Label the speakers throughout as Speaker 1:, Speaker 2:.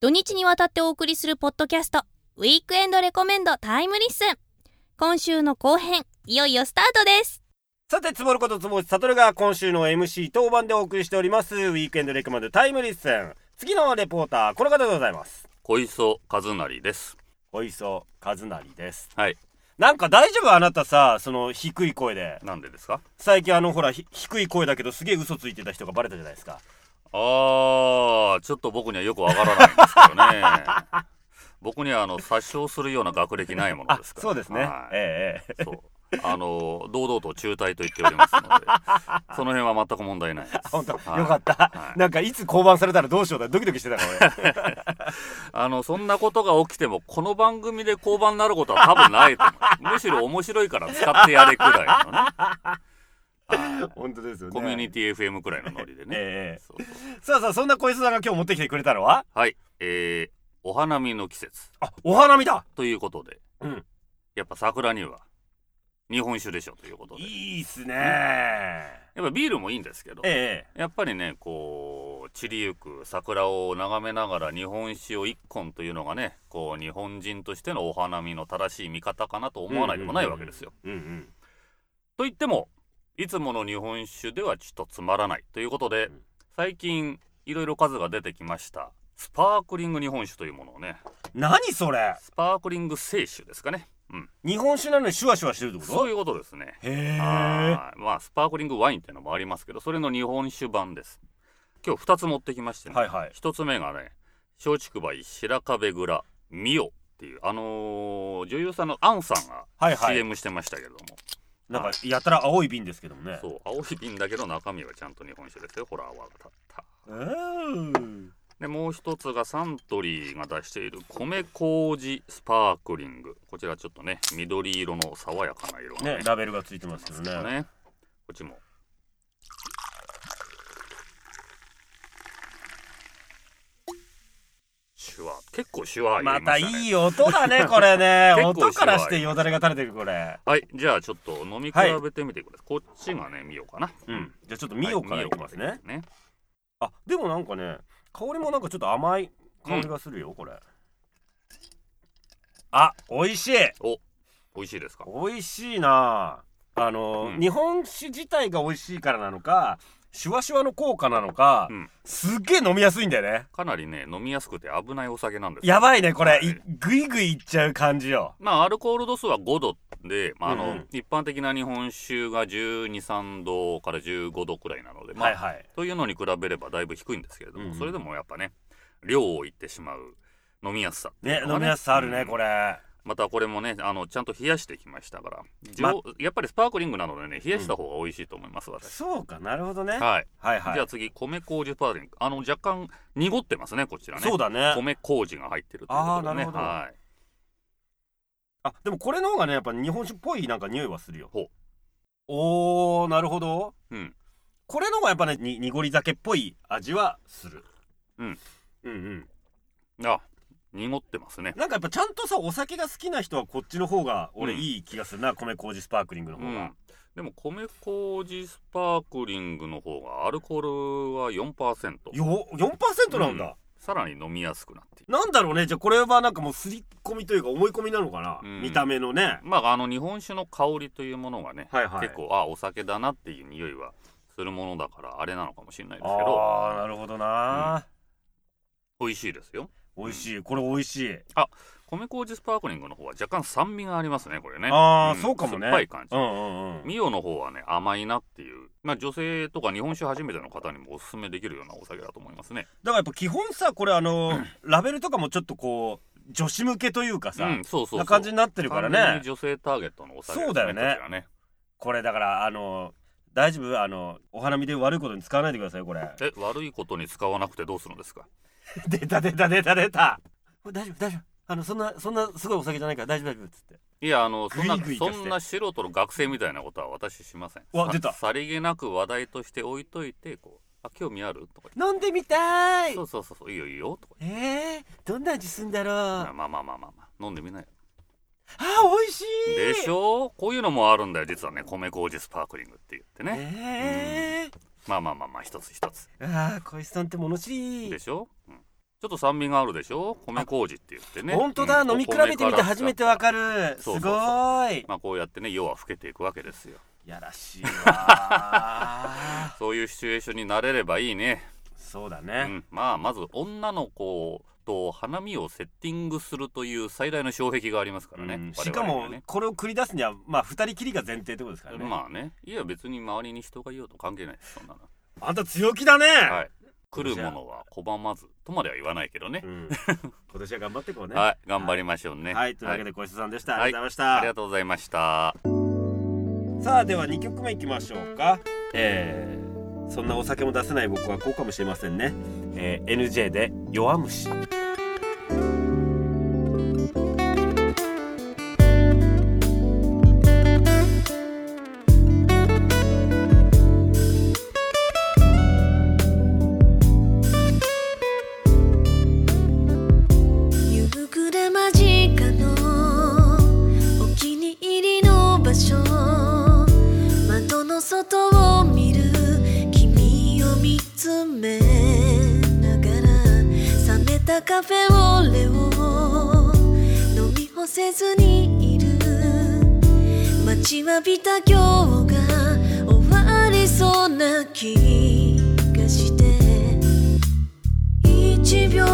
Speaker 1: 土日にわたってお送りするポッドキャスト、ウィークエンドレコメンドタイムリッスン。今週の後編、いよいよスタートです。
Speaker 2: さて、つもることつぼうちさとるが今週の MC 当番でお送りしております、ウィークエンドレコメンドタイムリッスン。次のレポーター、この方でございます。
Speaker 3: 小磯和成です。
Speaker 2: おいそ、かずなりです。
Speaker 3: はい。
Speaker 2: なんか大丈夫あなたさ、その低い声で。
Speaker 3: なんでですか
Speaker 2: 最近あの、ほら、ひ低い声だけどすげえ嘘ついてた人がバレたじゃないですか。
Speaker 3: あー、ちょっと僕にはよくわからないんですけど ね。僕にはあの、殺傷するような学歴ないもの
Speaker 2: あ
Speaker 3: で、すから。
Speaker 2: そうですね。
Speaker 3: はい
Speaker 2: ええええ。
Speaker 3: そう。あの、堂々と中退と言っております ので、その辺は全く問題ないです。
Speaker 2: 本当、
Speaker 3: はい
Speaker 2: よかった、
Speaker 3: はい
Speaker 2: なんかいつ降板されたらどうしようだドキドキしてたから俺
Speaker 3: あの、そんなことが起きても、この番組で交番になることは多分ないと思う。むしろ面白いから使ってやれくらい のね。はい
Speaker 2: 本当ですよね
Speaker 3: コミュニ
Speaker 2: テ
Speaker 3: ティ FM くらいのノリでね。
Speaker 2: ええ
Speaker 3: そうそう
Speaker 2: さあさあそんな小磯さんが今日持ってきてくれたのは
Speaker 3: はい。えー、お花見の季節。
Speaker 2: あお花見だ
Speaker 3: ということで、
Speaker 2: うん
Speaker 3: やっぱ桜には日本酒でしょということで
Speaker 2: いいっすね
Speaker 3: やっぱビールもいいんですけど、
Speaker 2: ええ
Speaker 3: やっぱりねこう散りゆく桜を眺めながら日本酒を一本というのがねこう日本人としてのお花見の正しい見方かなと思わないでもないわけですよ。
Speaker 2: うんうん
Speaker 3: と言ってもいつもの日本酒ではちょっとつまらないということで
Speaker 2: ん
Speaker 3: 最近いろいろ数が出てきましたスパークリング日本酒というものをね
Speaker 2: 何それ
Speaker 3: スパークリング清酒ですかね、うん、
Speaker 2: 日本酒なのにシュワシュワしてるってこと
Speaker 3: そういうことですね。
Speaker 2: へえ
Speaker 3: はいまあスパークリングワインっていうのもありますけどそれの日本酒版です今日2つ持ってきましてね、
Speaker 2: はいはい
Speaker 3: 1つ目がね松竹梅白壁蔵ミオっていうあのー女優さんのアンさんが
Speaker 2: はいはい
Speaker 3: CM してましたけれども、
Speaker 2: なんかやたら青い瓶ですけどもね
Speaker 3: そう青い瓶だけど中身はちゃんと日本酒ですよホラー泡が立った
Speaker 2: うーん
Speaker 3: でもう一つがサントリーが出している米麹スパークリングこちらちょっとね緑色の爽やかな色がね
Speaker 2: ねラベルがついてますけど
Speaker 3: ね
Speaker 2: ね
Speaker 3: こっちもシュワ結構シュワ入
Speaker 2: ま
Speaker 3: れま
Speaker 2: た
Speaker 3: した、ね、
Speaker 2: いい音だねこれね
Speaker 3: 結構シュワ
Speaker 2: 音からしてよだれが垂れてるこれ
Speaker 3: はいじゃあちょっと飲み比べてみてください、こっちがね見ようかな
Speaker 2: うんじゃあちょっと見ようからいきますね、
Speaker 3: はいミオからいき
Speaker 2: あでもなんかね香りもなんかちょっと甘い香りがするよ、これあ美味しい
Speaker 3: 美味しいですか
Speaker 2: 美味しいなあの、
Speaker 3: うん
Speaker 2: 日本酒自体が美味しいからなのかシュワシュワの効果なのか、
Speaker 3: うん
Speaker 2: すっげえ飲みやすいんだよね
Speaker 3: かなりね飲みやすくて危ないお酒なんです
Speaker 2: やばいねこれ
Speaker 3: はい
Speaker 2: いぐいぐいいっちゃう感じよ
Speaker 3: まあアルコール度数は5度で、まああの
Speaker 2: うんうん
Speaker 3: 一般的な日本酒が1 2 3度から15度くらいなので、まあ
Speaker 2: はいはい
Speaker 3: というのに比べればだいぶ低いんですけれども、
Speaker 2: うんうん
Speaker 3: それでもやっぱね量を言ってしまう飲みやすさってい
Speaker 2: ね
Speaker 3: うのが
Speaker 2: 飲みやすさあるね、
Speaker 3: うん
Speaker 2: これ
Speaker 3: またこれもねあのちゃんと冷やしてきましたから、
Speaker 2: ま
Speaker 3: 上やっぱりスパークリングなのでね冷やした方が美味しいと思います、私
Speaker 2: そうかなるほどねはい
Speaker 3: はい、
Speaker 2: はい
Speaker 3: じゃあ次米麹スパークリングあの若干濁ってますねこちらね
Speaker 2: そうだね
Speaker 3: 米麹が入ってるということ
Speaker 2: あー
Speaker 3: でね
Speaker 2: なるほど
Speaker 3: はい
Speaker 2: あでもこれの方がねやっぱ日本酒っぽいなんか匂いはするよ
Speaker 3: ほう
Speaker 2: おーなるほど
Speaker 3: うん
Speaker 2: これの方がやっぱねに濁り酒っぽい味はする、
Speaker 3: うん、
Speaker 2: うんうん
Speaker 3: あ濁ってますね
Speaker 2: なんかやっぱちゃんとさお酒が好きな人はこっちの方が俺
Speaker 3: うん
Speaker 2: いい気がするな、米麹スパークリングの
Speaker 3: う
Speaker 2: 方が、
Speaker 3: んでも米麹スパークリングの方がアルコールは4%
Speaker 2: よ4%なんだ、
Speaker 3: さらに飲みやすくなっている
Speaker 2: なんだろうねじゃあこれはなんかもうすり込みというか思い込みなのかな、
Speaker 3: うん
Speaker 2: 見た目のね
Speaker 3: まあ、あの日本酒の香りというものがね、
Speaker 2: はいはい
Speaker 3: 結構あお酒だなっていう匂いはするものだからあれなのかもしれないですけど
Speaker 2: ああなるほどな、
Speaker 3: 美味しいですよ
Speaker 2: 美味しいこれ美味しいうん
Speaker 3: 米麹スパークリングの方は若干酸味がありますねこれね
Speaker 2: あーそうかもね
Speaker 3: 酸っぱい感じ、
Speaker 2: うんうん
Speaker 3: ミオの方はね甘いなっていう、まあ、女性とか日本酒初めての方にもおすすめできるようなお酒だと思いますね
Speaker 2: だからやっぱ基本さこれあのーラベルとかもちょっとこう女子向けというかさ、
Speaker 3: うんそうそうそう
Speaker 2: な感じになってるから
Speaker 3: 完全
Speaker 2: ね
Speaker 3: に女性ターゲットのお酒です、ね、
Speaker 2: そうだよね
Speaker 3: こちらね
Speaker 2: これだからあのー大丈夫あのーお花見で悪いことに使わないでくださいこれ
Speaker 3: え悪いことに使わなくてどうするんですか
Speaker 2: 出た出た出た出たこれ大丈夫大丈夫あのそんなそんなすごいお酒じゃないから大丈夫大丈夫っつって
Speaker 3: いやあのそんな
Speaker 2: グイグイと
Speaker 3: そ
Speaker 2: して
Speaker 3: んな素人の学生みたいなことは私しません
Speaker 2: わ
Speaker 3: さ
Speaker 2: 出た
Speaker 3: さりげなく話題として置いといてこうあ興味あるとか言って
Speaker 2: 飲んでみたーい
Speaker 3: そうそうそうそういいよいいよとか
Speaker 2: えー、どんな味すんだろう
Speaker 3: 言って
Speaker 2: あ
Speaker 3: まあまあまあまあ、まあ、飲んでみなよ
Speaker 2: 美味しい
Speaker 3: でしょこういうのもあるんだよ実はね米麹スパークリングって言って
Speaker 2: え
Speaker 3: ね
Speaker 2: ー
Speaker 3: まあまあまあまあ一つ一つ
Speaker 2: あー小石さんって物知り
Speaker 3: でしょ、うんちょっょっと酸味があるでしょ米麹って言ってね
Speaker 2: 本当だ、
Speaker 3: うん
Speaker 2: 飲み比べてみて初めてわかるす
Speaker 3: そ
Speaker 2: ご
Speaker 3: うそうそう
Speaker 2: ーい
Speaker 3: まあこうやってね夜は更けていくわけですよ
Speaker 2: やらしいわ
Speaker 3: そういうシチュエーションになれればいいね、
Speaker 2: そうだ
Speaker 3: う
Speaker 2: ね、
Speaker 3: ん、まあまず女の子と花見をセッティングするという最大の障壁がありますからね、
Speaker 2: うん
Speaker 3: 我
Speaker 2: しか
Speaker 3: 々に
Speaker 2: も
Speaker 3: はね
Speaker 2: これを繰り出すにはまあ二人きりが前提ってことですからね、
Speaker 3: まあねいや別に周りに人がいようと関係ないですそんなの
Speaker 2: あんた強気だね、
Speaker 3: はい来るものは拒まずとまでは言わないけどね
Speaker 2: う、ん、今年は頑張っていこ うね
Speaker 3: はい頑張りましょうね
Speaker 2: はい、というわけで、小石さんでした。
Speaker 3: はい
Speaker 2: ありがとうございました。
Speaker 3: ありがとうございました
Speaker 2: さあ、では、二曲目いきましょうか。えーそんなお酒も出せない僕はこうかもしれませんね。えー NJ で弱虫。
Speaker 4: 夕暮れ間近のお気に入りの場所窓の外を見る君を見つめながら冷めたカフェオレを飲み干せずにいる待ちわびた今日が終わりそうな気がして一秒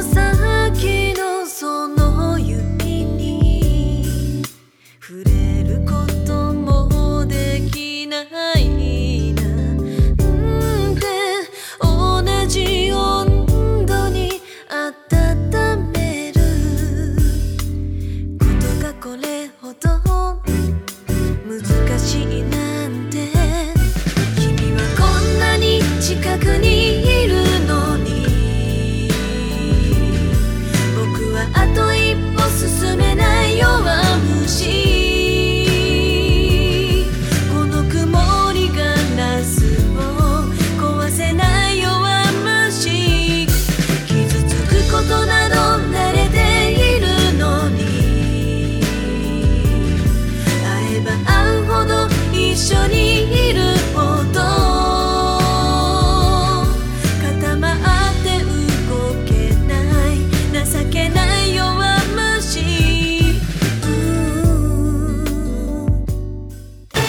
Speaker 4: 先のその指に触れることもできないなんて同じ温度に温めることがこれほど難しいなんて君はこんなに近くにいるのに僕はあと一歩進めない弱虫この曇りガラスを壊せない弱虫傷つくことなど慣れているのに会えば会うほど一緒にいるほど固まって動けない情けない弱虫うん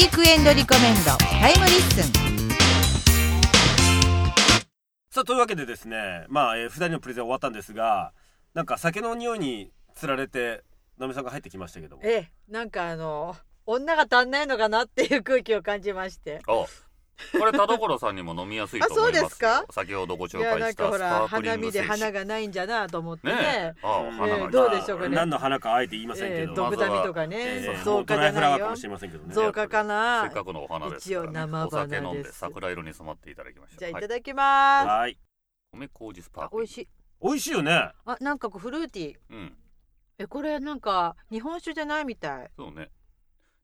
Speaker 5: ィークエンドリコメンドタイムリッスン
Speaker 2: さあ、というわけでですね、まあ、えー、二人のプレゼン終わったんですが、なんか酒の匂いにつられて、ナミさんが入ってきましたけども。
Speaker 6: ええなんかあの女が足んないのかなっていう空気を感じまして
Speaker 3: あこれ田所さんにも飲みやすいと思います
Speaker 6: あそうですか
Speaker 3: 先ほどご紹
Speaker 6: いや
Speaker 3: 介
Speaker 6: なん
Speaker 3: し
Speaker 6: か
Speaker 3: た
Speaker 6: ほ
Speaker 3: スパ
Speaker 6: ら
Speaker 3: ークリ
Speaker 6: 花
Speaker 3: ング
Speaker 6: 見
Speaker 3: 精
Speaker 6: で
Speaker 3: 神
Speaker 6: 花がないんじゃなと思って
Speaker 3: ね
Speaker 6: ね
Speaker 3: えあお花
Speaker 6: え
Speaker 3: が
Speaker 6: えどうでしょうかね
Speaker 2: 何の花かあえて言いませんけ
Speaker 6: え
Speaker 2: ど、ま
Speaker 6: えド
Speaker 2: ず
Speaker 6: ク
Speaker 2: は
Speaker 6: ダミとか
Speaker 2: え
Speaker 6: ね
Speaker 2: ー
Speaker 6: 増
Speaker 2: ド
Speaker 6: 加
Speaker 2: ライ
Speaker 6: じ
Speaker 2: フ
Speaker 6: ゃ
Speaker 2: ラ
Speaker 6: な
Speaker 2: ワー
Speaker 6: い
Speaker 2: か
Speaker 6: よ
Speaker 2: もしれませんけどね。
Speaker 6: 増加か
Speaker 3: せ
Speaker 6: な
Speaker 3: っかくのお花ですから、ね、
Speaker 6: 一応生
Speaker 3: お酒飲ん
Speaker 6: 花
Speaker 3: で
Speaker 6: です
Speaker 3: 桜色に染まっていただきまし
Speaker 6: じ
Speaker 3: ょ
Speaker 6: ゃあ
Speaker 3: う
Speaker 6: い
Speaker 3: は
Speaker 6: た
Speaker 3: い
Speaker 6: だきます、
Speaker 2: はい。
Speaker 3: 米麹スパークリン
Speaker 6: 美味しい
Speaker 2: 美味しいよね。
Speaker 6: あなんかこうフルーティー
Speaker 3: グうん
Speaker 6: えこれなんか日本酒じゃないみたい
Speaker 3: そうね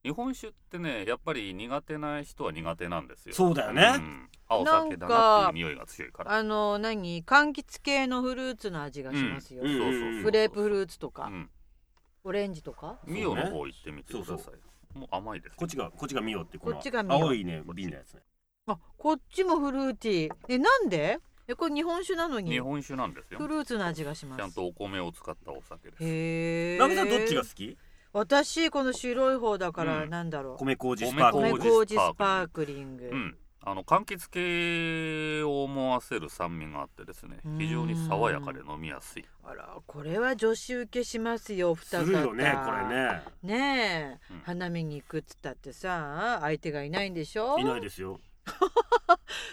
Speaker 3: 日本酒ってねやっぱり苦手な人は苦手なんですよ
Speaker 2: そうだよね
Speaker 3: んあお酒だなっていう匂いが強いから
Speaker 6: あの何柑橘系のフルーツの味がしますよ、
Speaker 2: うん
Speaker 3: そうそうそう
Speaker 6: グレープフルーツとか、
Speaker 3: うん
Speaker 6: オレンジとか
Speaker 3: ミオの方行ってみてください
Speaker 2: そうそ
Speaker 3: もう甘いです
Speaker 2: こっちが、こっちが見ようって、この
Speaker 6: こっちが見よう
Speaker 2: 青いね、瓶のやつね。
Speaker 6: あこっちもフルーティーえなんでえこれ日本酒なのに
Speaker 3: 日本酒なんですよ
Speaker 6: フルーツの味がしま
Speaker 3: ちゃん
Speaker 6: す
Speaker 3: とお米を使ったお酒です
Speaker 6: へえ
Speaker 2: ナミさんどっちが好き
Speaker 6: 私この白い方だから
Speaker 3: うん
Speaker 6: なんだろう、
Speaker 2: 米麹スパーク
Speaker 6: 米
Speaker 3: 米
Speaker 6: 麹
Speaker 3: 麹
Speaker 6: ス
Speaker 3: ス
Speaker 6: パ
Speaker 3: パ
Speaker 6: ー
Speaker 3: ー
Speaker 6: クリング、
Speaker 3: うん、あの柑橘系を思わせる酸味があってですね非常に爽やかで飲みやすい、
Speaker 6: あらこれは女子受けしますよお
Speaker 2: す
Speaker 6: 二方
Speaker 2: るよねこれね
Speaker 6: ねえ、
Speaker 3: うん
Speaker 6: 花見に行くっつったってさ相手がいないんでしょ
Speaker 2: いないですよ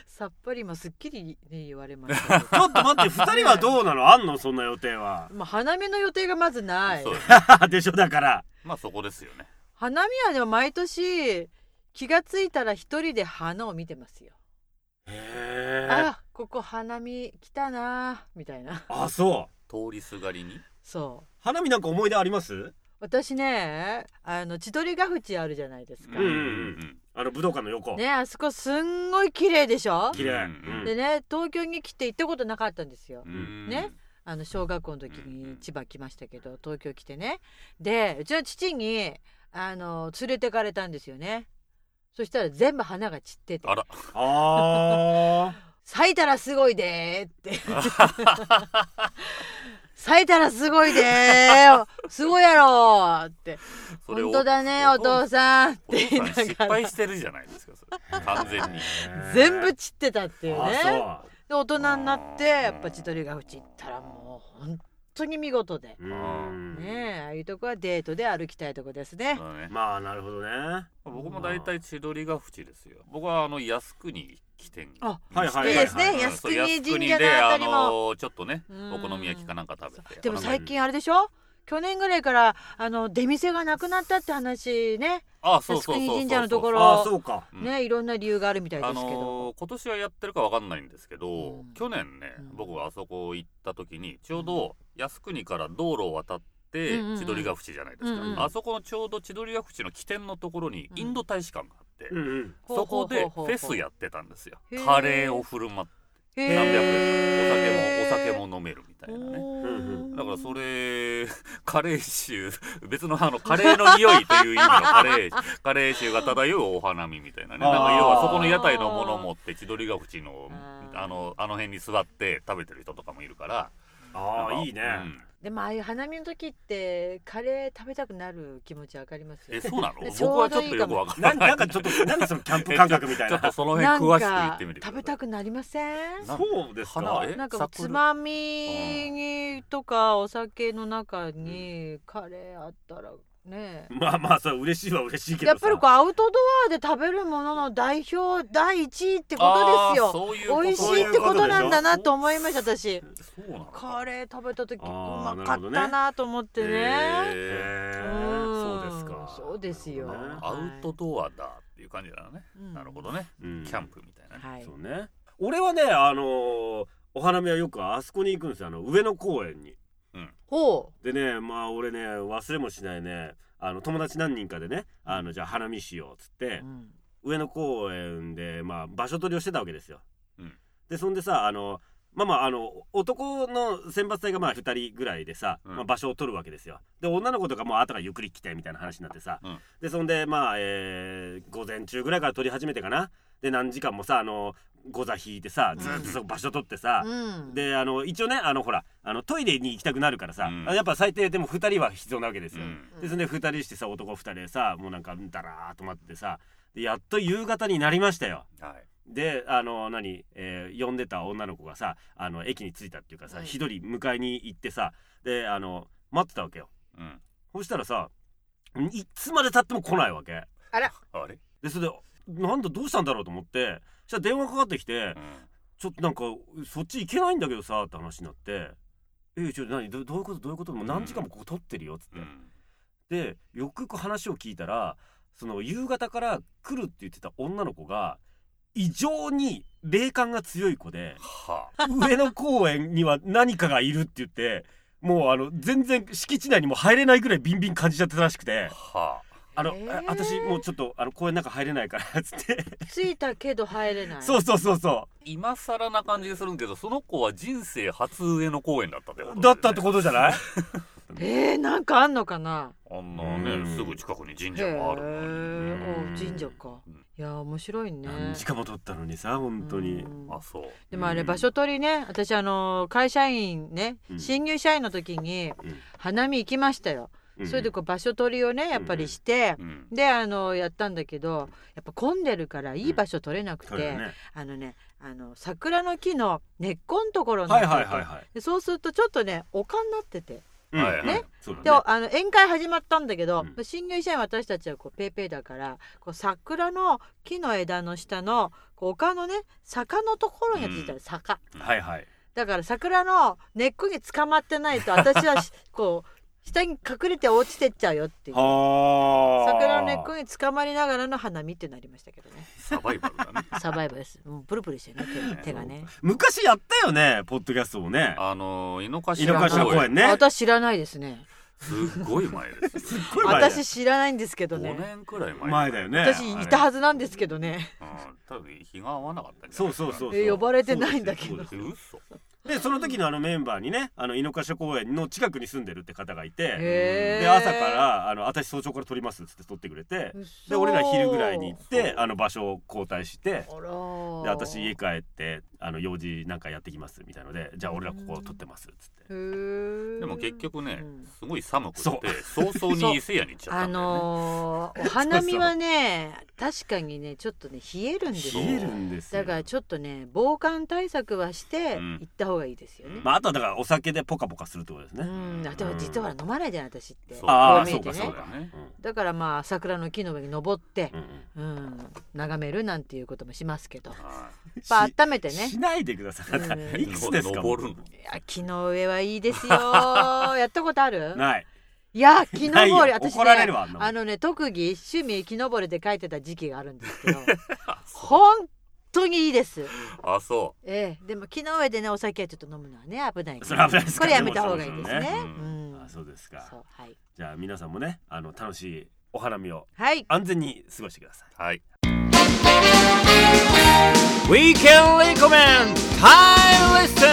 Speaker 6: さっぱり今すっきり、ね、言われましたけど
Speaker 2: ちょっと待って2人はどうなのあんのそんな予定は
Speaker 6: まあ花見の予定がまずない
Speaker 3: そうですね
Speaker 2: でしょだから
Speaker 3: まあそこですよね
Speaker 6: 花見はでも毎年気がついたら一人で花を見てますよ
Speaker 2: へえ
Speaker 6: あここ花見来たなみたいな
Speaker 2: あそう
Speaker 3: 通りすがりに
Speaker 6: そう
Speaker 2: 花見なんか思い出あります
Speaker 6: 私ねあの千鳥ヶ淵あるじゃないですか、
Speaker 2: うんあの武道館の横、
Speaker 6: ねあそこすんごい綺麗でしょ
Speaker 2: 綺麗、
Speaker 3: うん
Speaker 6: でね東京に来て行ったことなかったんですよ、
Speaker 3: うんうん
Speaker 6: ねあの小学校の時
Speaker 3: うんう
Speaker 6: に
Speaker 3: ん
Speaker 6: 千葉来ましたけど東京来てねでうちの父にあの連れてかれたんですよねそしたら全部花が散ってて
Speaker 3: あら
Speaker 2: あ
Speaker 6: 咲いたらすごいでー って咲いたらすごいでーすごいやろーって
Speaker 3: それを
Speaker 6: 本当だねお父さんっ
Speaker 3: お父
Speaker 6: て言い
Speaker 3: さん失
Speaker 6: ながら
Speaker 3: 敗してるじゃないですかそ れ完全に
Speaker 6: 全部散ってたっていう ね
Speaker 2: あ
Speaker 6: で大人になってやっぱ千鳥ヶ淵行ったらもう本当に見事で
Speaker 2: そううん
Speaker 6: ねえああいうとこはデートで歩きたいとこですね
Speaker 3: そうね
Speaker 2: まあなるほどねは
Speaker 3: 僕も大体千鳥ヶ淵ですよ僕はあの靖国起点
Speaker 6: あ
Speaker 2: いはいはい
Speaker 6: いいですね
Speaker 2: はい
Speaker 6: 靖国神社
Speaker 3: で
Speaker 6: のあたりも
Speaker 3: のちょっとね
Speaker 6: うん
Speaker 3: お好み焼きかなんか食べて
Speaker 6: でも
Speaker 2: さ
Speaker 6: 最近あれでしょ去年ぐらいからあの出店がなくなったって話ね
Speaker 3: あそうそうそう
Speaker 6: 靖
Speaker 3: そう
Speaker 6: 国神社のところ
Speaker 2: ああそうか
Speaker 3: うん
Speaker 6: ねいろんな理由があるみたいで
Speaker 3: あ
Speaker 6: すけど
Speaker 3: のー今年はやってるかわかんないんですけど、
Speaker 6: うん
Speaker 3: 去年ね、
Speaker 6: うん
Speaker 3: 僕はあそこ行った時にちょうど靖国から道路を渡って
Speaker 6: うんうんうん
Speaker 3: 千鳥ヶ淵じゃないですか、
Speaker 6: うんうん
Speaker 3: あそこのちょうど千鳥ヶ淵の起点のところに
Speaker 6: うん
Speaker 3: インド大使館があって、
Speaker 2: うんうん
Speaker 3: そこでフ
Speaker 6: ほうほうほうほう
Speaker 3: ェスやってたんですよ
Speaker 6: へー
Speaker 3: カレーを振る舞って
Speaker 6: へ
Speaker 3: 何百
Speaker 6: え
Speaker 3: 円かお酒もお酒も飲めるみたいなね
Speaker 6: お
Speaker 2: う
Speaker 6: ー
Speaker 3: だからそれ カレー臭別のあのカレーの匂いという意味のカ レーカレー臭が漂うお花見みたいなね
Speaker 2: あー
Speaker 3: なんか要はそこの屋台のものを持って千鳥ヶ淵の
Speaker 6: あー
Speaker 3: あのあの辺に座って食べてる人とかもいるから
Speaker 2: あ
Speaker 3: な
Speaker 2: あ
Speaker 3: んか
Speaker 2: いいね
Speaker 3: うん
Speaker 6: でもああいう花見の時ってカレー食べたくなる気持ちわかりますよ
Speaker 3: えそうなの
Speaker 6: ち
Speaker 3: 僕
Speaker 6: ょう
Speaker 3: はち
Speaker 6: ど
Speaker 3: ょっ
Speaker 6: い
Speaker 3: と
Speaker 6: いか
Speaker 3: よく
Speaker 6: も
Speaker 3: わか
Speaker 2: なんん
Speaker 3: ない
Speaker 2: なんかちょっとなんでそのキャンプ感覚みたい
Speaker 3: ちょっ
Speaker 2: な
Speaker 3: とその
Speaker 6: なん
Speaker 3: 辺詳しく言
Speaker 6: か
Speaker 3: ってみてくだ
Speaker 6: 食
Speaker 3: さい
Speaker 6: べたくなりません
Speaker 3: な
Speaker 2: そうですか
Speaker 3: 花え
Speaker 6: なんか
Speaker 3: 桜
Speaker 6: つまみにとかお酒の中にカレーあったらね
Speaker 2: まあまあそれ嬉しいは嬉しいけどさ
Speaker 6: やっぱりこうアウトドアで食べるものの代表第一位ってことです
Speaker 3: あー
Speaker 6: よ
Speaker 3: そういうこと
Speaker 6: 美味しいってことなんだなと思いました私
Speaker 3: そうなのか
Speaker 6: カレー食べた時う
Speaker 2: あー
Speaker 6: まかったなと思って
Speaker 2: へ
Speaker 6: ね
Speaker 3: え
Speaker 2: え
Speaker 6: うん
Speaker 2: そうですか
Speaker 6: そうですよ
Speaker 2: なるほど
Speaker 3: ー
Speaker 2: ね
Speaker 3: アウトドアだっていう感じだなね
Speaker 6: うん
Speaker 3: なるほどね
Speaker 2: うん
Speaker 3: キャンプみたいなね
Speaker 6: はい
Speaker 2: そうね俺はねあのーお花見はよくあそこに行くんですよあの上野公園に
Speaker 6: ほ
Speaker 2: でねまあ俺ね忘れもしないねあの友達何人かでねあのじゃあ花見しようっつって
Speaker 6: う、うん
Speaker 2: 上野公園で、まあ、場所取りをしてたわけですよ。
Speaker 3: うん
Speaker 2: でそんでさあのまあまああの男の選抜隊がまあ2人ぐらいでさ、
Speaker 3: うん
Speaker 2: まあ、場所を取るわけですよ。で女の子とかもう後からゆっくり来てみたいな話になってさ、
Speaker 3: うん
Speaker 2: でそんでまあ、えー午前中ぐらいから取り始めてかなで何時間もさあのゴザ引いてさずっとそこ場所取ってさ、
Speaker 6: うん
Speaker 2: であの一応ねあのほらあのトイレに行きたくなるからさ、
Speaker 3: うん
Speaker 2: あやっぱ最低でも2人は必要なわけです
Speaker 3: う
Speaker 2: よ。
Speaker 3: ん
Speaker 2: でそ れで2人してさ男2人でさもうなんかだらーっと待っててさでやっと夕方になりましたよ。
Speaker 3: はい
Speaker 2: であの何、えー呼んでた女の子がさあの駅に着いたっていうかさ
Speaker 6: はい
Speaker 2: 一、人迎えに行ってさであの待ってたわけよ。
Speaker 3: うん
Speaker 2: そしたらさいつまでたっても来ないわけ。
Speaker 3: あれ
Speaker 2: でそれでなんだどうしたんだろうと思ってそしたら電話かかってきて
Speaker 3: う。ん
Speaker 2: ちょっとなんかそっち行けないんだけどさって話になって「えちょっと何どどういうことどういうこともう何時間もここ撮ってるよ」っつって、
Speaker 3: うん
Speaker 2: でよくよく話を聞いたらその夕方から来るって言ってた女の子が異常に霊感が強い子 で
Speaker 3: は
Speaker 2: 上野公園には何かがいるって言ってもうあの全然敷地内にも入れないぐらいビンビン感じちゃってたらしくて
Speaker 3: あ。は
Speaker 2: あの、
Speaker 6: へ
Speaker 2: あ
Speaker 6: ー
Speaker 2: 私もうちょっとあの公園の中入れないからっつ って、
Speaker 6: 着いたけど入れない
Speaker 2: そうそうそうそ
Speaker 3: 今更な感じがするんけどその子は人生初上野公園だったってこと
Speaker 2: うだったって
Speaker 3: と
Speaker 2: ことじゃない
Speaker 6: えー、なんかあんのかな
Speaker 3: あんなね
Speaker 2: うん
Speaker 3: すぐ近くに神
Speaker 6: へ
Speaker 3: 社
Speaker 6: え
Speaker 3: もあるのに
Speaker 2: うん
Speaker 6: お神社か
Speaker 3: うん
Speaker 6: いやー面白いね
Speaker 2: 何時間も撮ったのにさ本当に
Speaker 6: うん
Speaker 3: あそう
Speaker 6: でもあれ
Speaker 2: うん
Speaker 6: 場所取りね私あの会社員ね
Speaker 2: うん
Speaker 6: 新入社員の時に
Speaker 2: うん
Speaker 6: 花見行きましたよ、それでこう場所取りをねやっぱりして、
Speaker 3: うん
Speaker 6: であのやったんだけどやっぱ混んでるからいい場所取れなくて、
Speaker 2: そうだよね
Speaker 6: あのねあの桜の木の根っこのところに
Speaker 2: はいはいはいはい
Speaker 6: でそうするとちょっとね丘になってて
Speaker 2: うん
Speaker 3: はいはい
Speaker 6: ね
Speaker 2: そうだね
Speaker 6: で、あの宴会始まったんだけど、
Speaker 2: う
Speaker 6: 新入社員私たちはこうペイペイだからこう桜の木の枝の下のこう丘のね坂のところにやってたよ、
Speaker 3: うん
Speaker 6: 坂。
Speaker 2: はいはい
Speaker 6: だから桜の根っこに捕まってないと私 はしこう下に隠れて落ちてっちゃうよっていう
Speaker 2: はあ
Speaker 6: 桜の根っこに捕まりながらの花見ってなりましたけどね
Speaker 3: サバイバルだね
Speaker 6: サバイバ ルですもうプルプルしてね手が手がね
Speaker 2: 昔やったよねポッドキャストもね
Speaker 3: あの井の
Speaker 2: 井の頭
Speaker 3: 頭
Speaker 2: 公
Speaker 3: 公
Speaker 2: 園
Speaker 3: 園
Speaker 2: ね
Speaker 6: あ私知らないですね
Speaker 3: すっごい前です
Speaker 2: ごい前だよ
Speaker 6: 私知らないんですけど
Speaker 3: 5
Speaker 6: ね
Speaker 3: 年くらい前
Speaker 2: 前だよね
Speaker 6: 私いたはずなんですけどね
Speaker 3: うん多分日が合わなかったんじゃ
Speaker 2: そう
Speaker 3: ないですか
Speaker 2: そうそうそう
Speaker 6: え呼ばれてないんだけど
Speaker 2: そうですよ
Speaker 3: 嘘
Speaker 2: でその時のあのメンバーにねあの井の頭公園の近くに住んでるって方がいて
Speaker 6: へえ
Speaker 2: で朝からあの私早朝から撮りますっつって撮ってくれてで俺ら昼ぐらいに行ってあの場所を交代して
Speaker 6: あら
Speaker 2: で私家帰ってあの用事なんかやってきますみたいのでじゃあ俺らここ撮ってますっつって、
Speaker 6: で
Speaker 3: でも結局ね、
Speaker 6: うん
Speaker 3: すごい寒くて
Speaker 2: そ
Speaker 3: 早々に伊勢屋に行っちゃっ
Speaker 6: あ
Speaker 3: たんだよね、
Speaker 6: のーお花見はね確かにねちょっとね冷えるんですよ
Speaker 2: 冷えるんですよ
Speaker 6: だからちょっとね防寒対策はして
Speaker 3: うん
Speaker 6: 行った方がいいですよね、
Speaker 2: まあ、あとはだからお酒でポカポカするってことです
Speaker 6: う
Speaker 2: ね、
Speaker 6: ん、あでも実はほら飲まないじゃない私って
Speaker 3: そう
Speaker 2: あ
Speaker 6: こ
Speaker 2: あ
Speaker 6: う見
Speaker 2: そ
Speaker 6: え
Speaker 2: う
Speaker 6: て
Speaker 2: か
Speaker 6: ね
Speaker 2: そうか、うん
Speaker 6: だからまあ桜の木の上に登って
Speaker 2: う、ん
Speaker 6: うん、眺めるなんていうこともしますけどやっ
Speaker 3: は
Speaker 6: ぱ
Speaker 2: し
Speaker 6: 温めてね
Speaker 2: しないでください。あなた
Speaker 6: うん
Speaker 2: いくつですか。
Speaker 3: 登るの
Speaker 6: いや木の上はいいですよやったことある
Speaker 2: ない。
Speaker 6: いや木
Speaker 2: ないよ
Speaker 6: 登り私
Speaker 2: 怒られる
Speaker 6: ね
Speaker 2: わ。あんなもん
Speaker 6: あのね特技趣味木登りで書いてた時期があるんです けど本当にいいです
Speaker 3: い、あそ
Speaker 6: ええ、でも木の上でねお酒はちょっと飲むのはね危ない
Speaker 2: そ
Speaker 6: か
Speaker 2: れは
Speaker 6: ら
Speaker 2: 危ないです
Speaker 6: こ
Speaker 2: から
Speaker 6: れ
Speaker 2: ね
Speaker 6: やめた方がいいですね
Speaker 2: も
Speaker 3: ちろんね
Speaker 6: うん
Speaker 2: あそうですか
Speaker 6: そうはい、
Speaker 2: じゃあ皆さんもねあの楽しいお花見を
Speaker 6: はい、
Speaker 2: 安全に過ごしてください。
Speaker 3: うはい
Speaker 7: We can recommend Thai listen.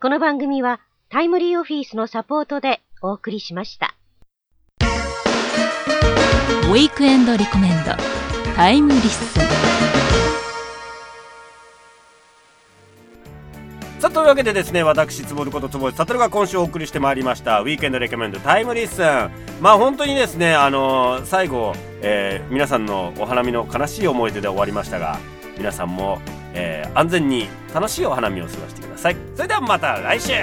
Speaker 8: この番組はタイムリーオフィスのサポートでお送りしました。
Speaker 9: ウィークエンドリコメンドタイムリッスン
Speaker 2: さあというわけでですね私つぼることつぼるさとるが今週お送りしてまいりました「ウィークエンドレコメンドタイムリッスン」まあ本当にですねあのー最後、えー皆さんのお花見の悲しい思い出で終わりましたが皆さんも、えー安全に楽しいお花見を過ごしてくださいそれではまた来週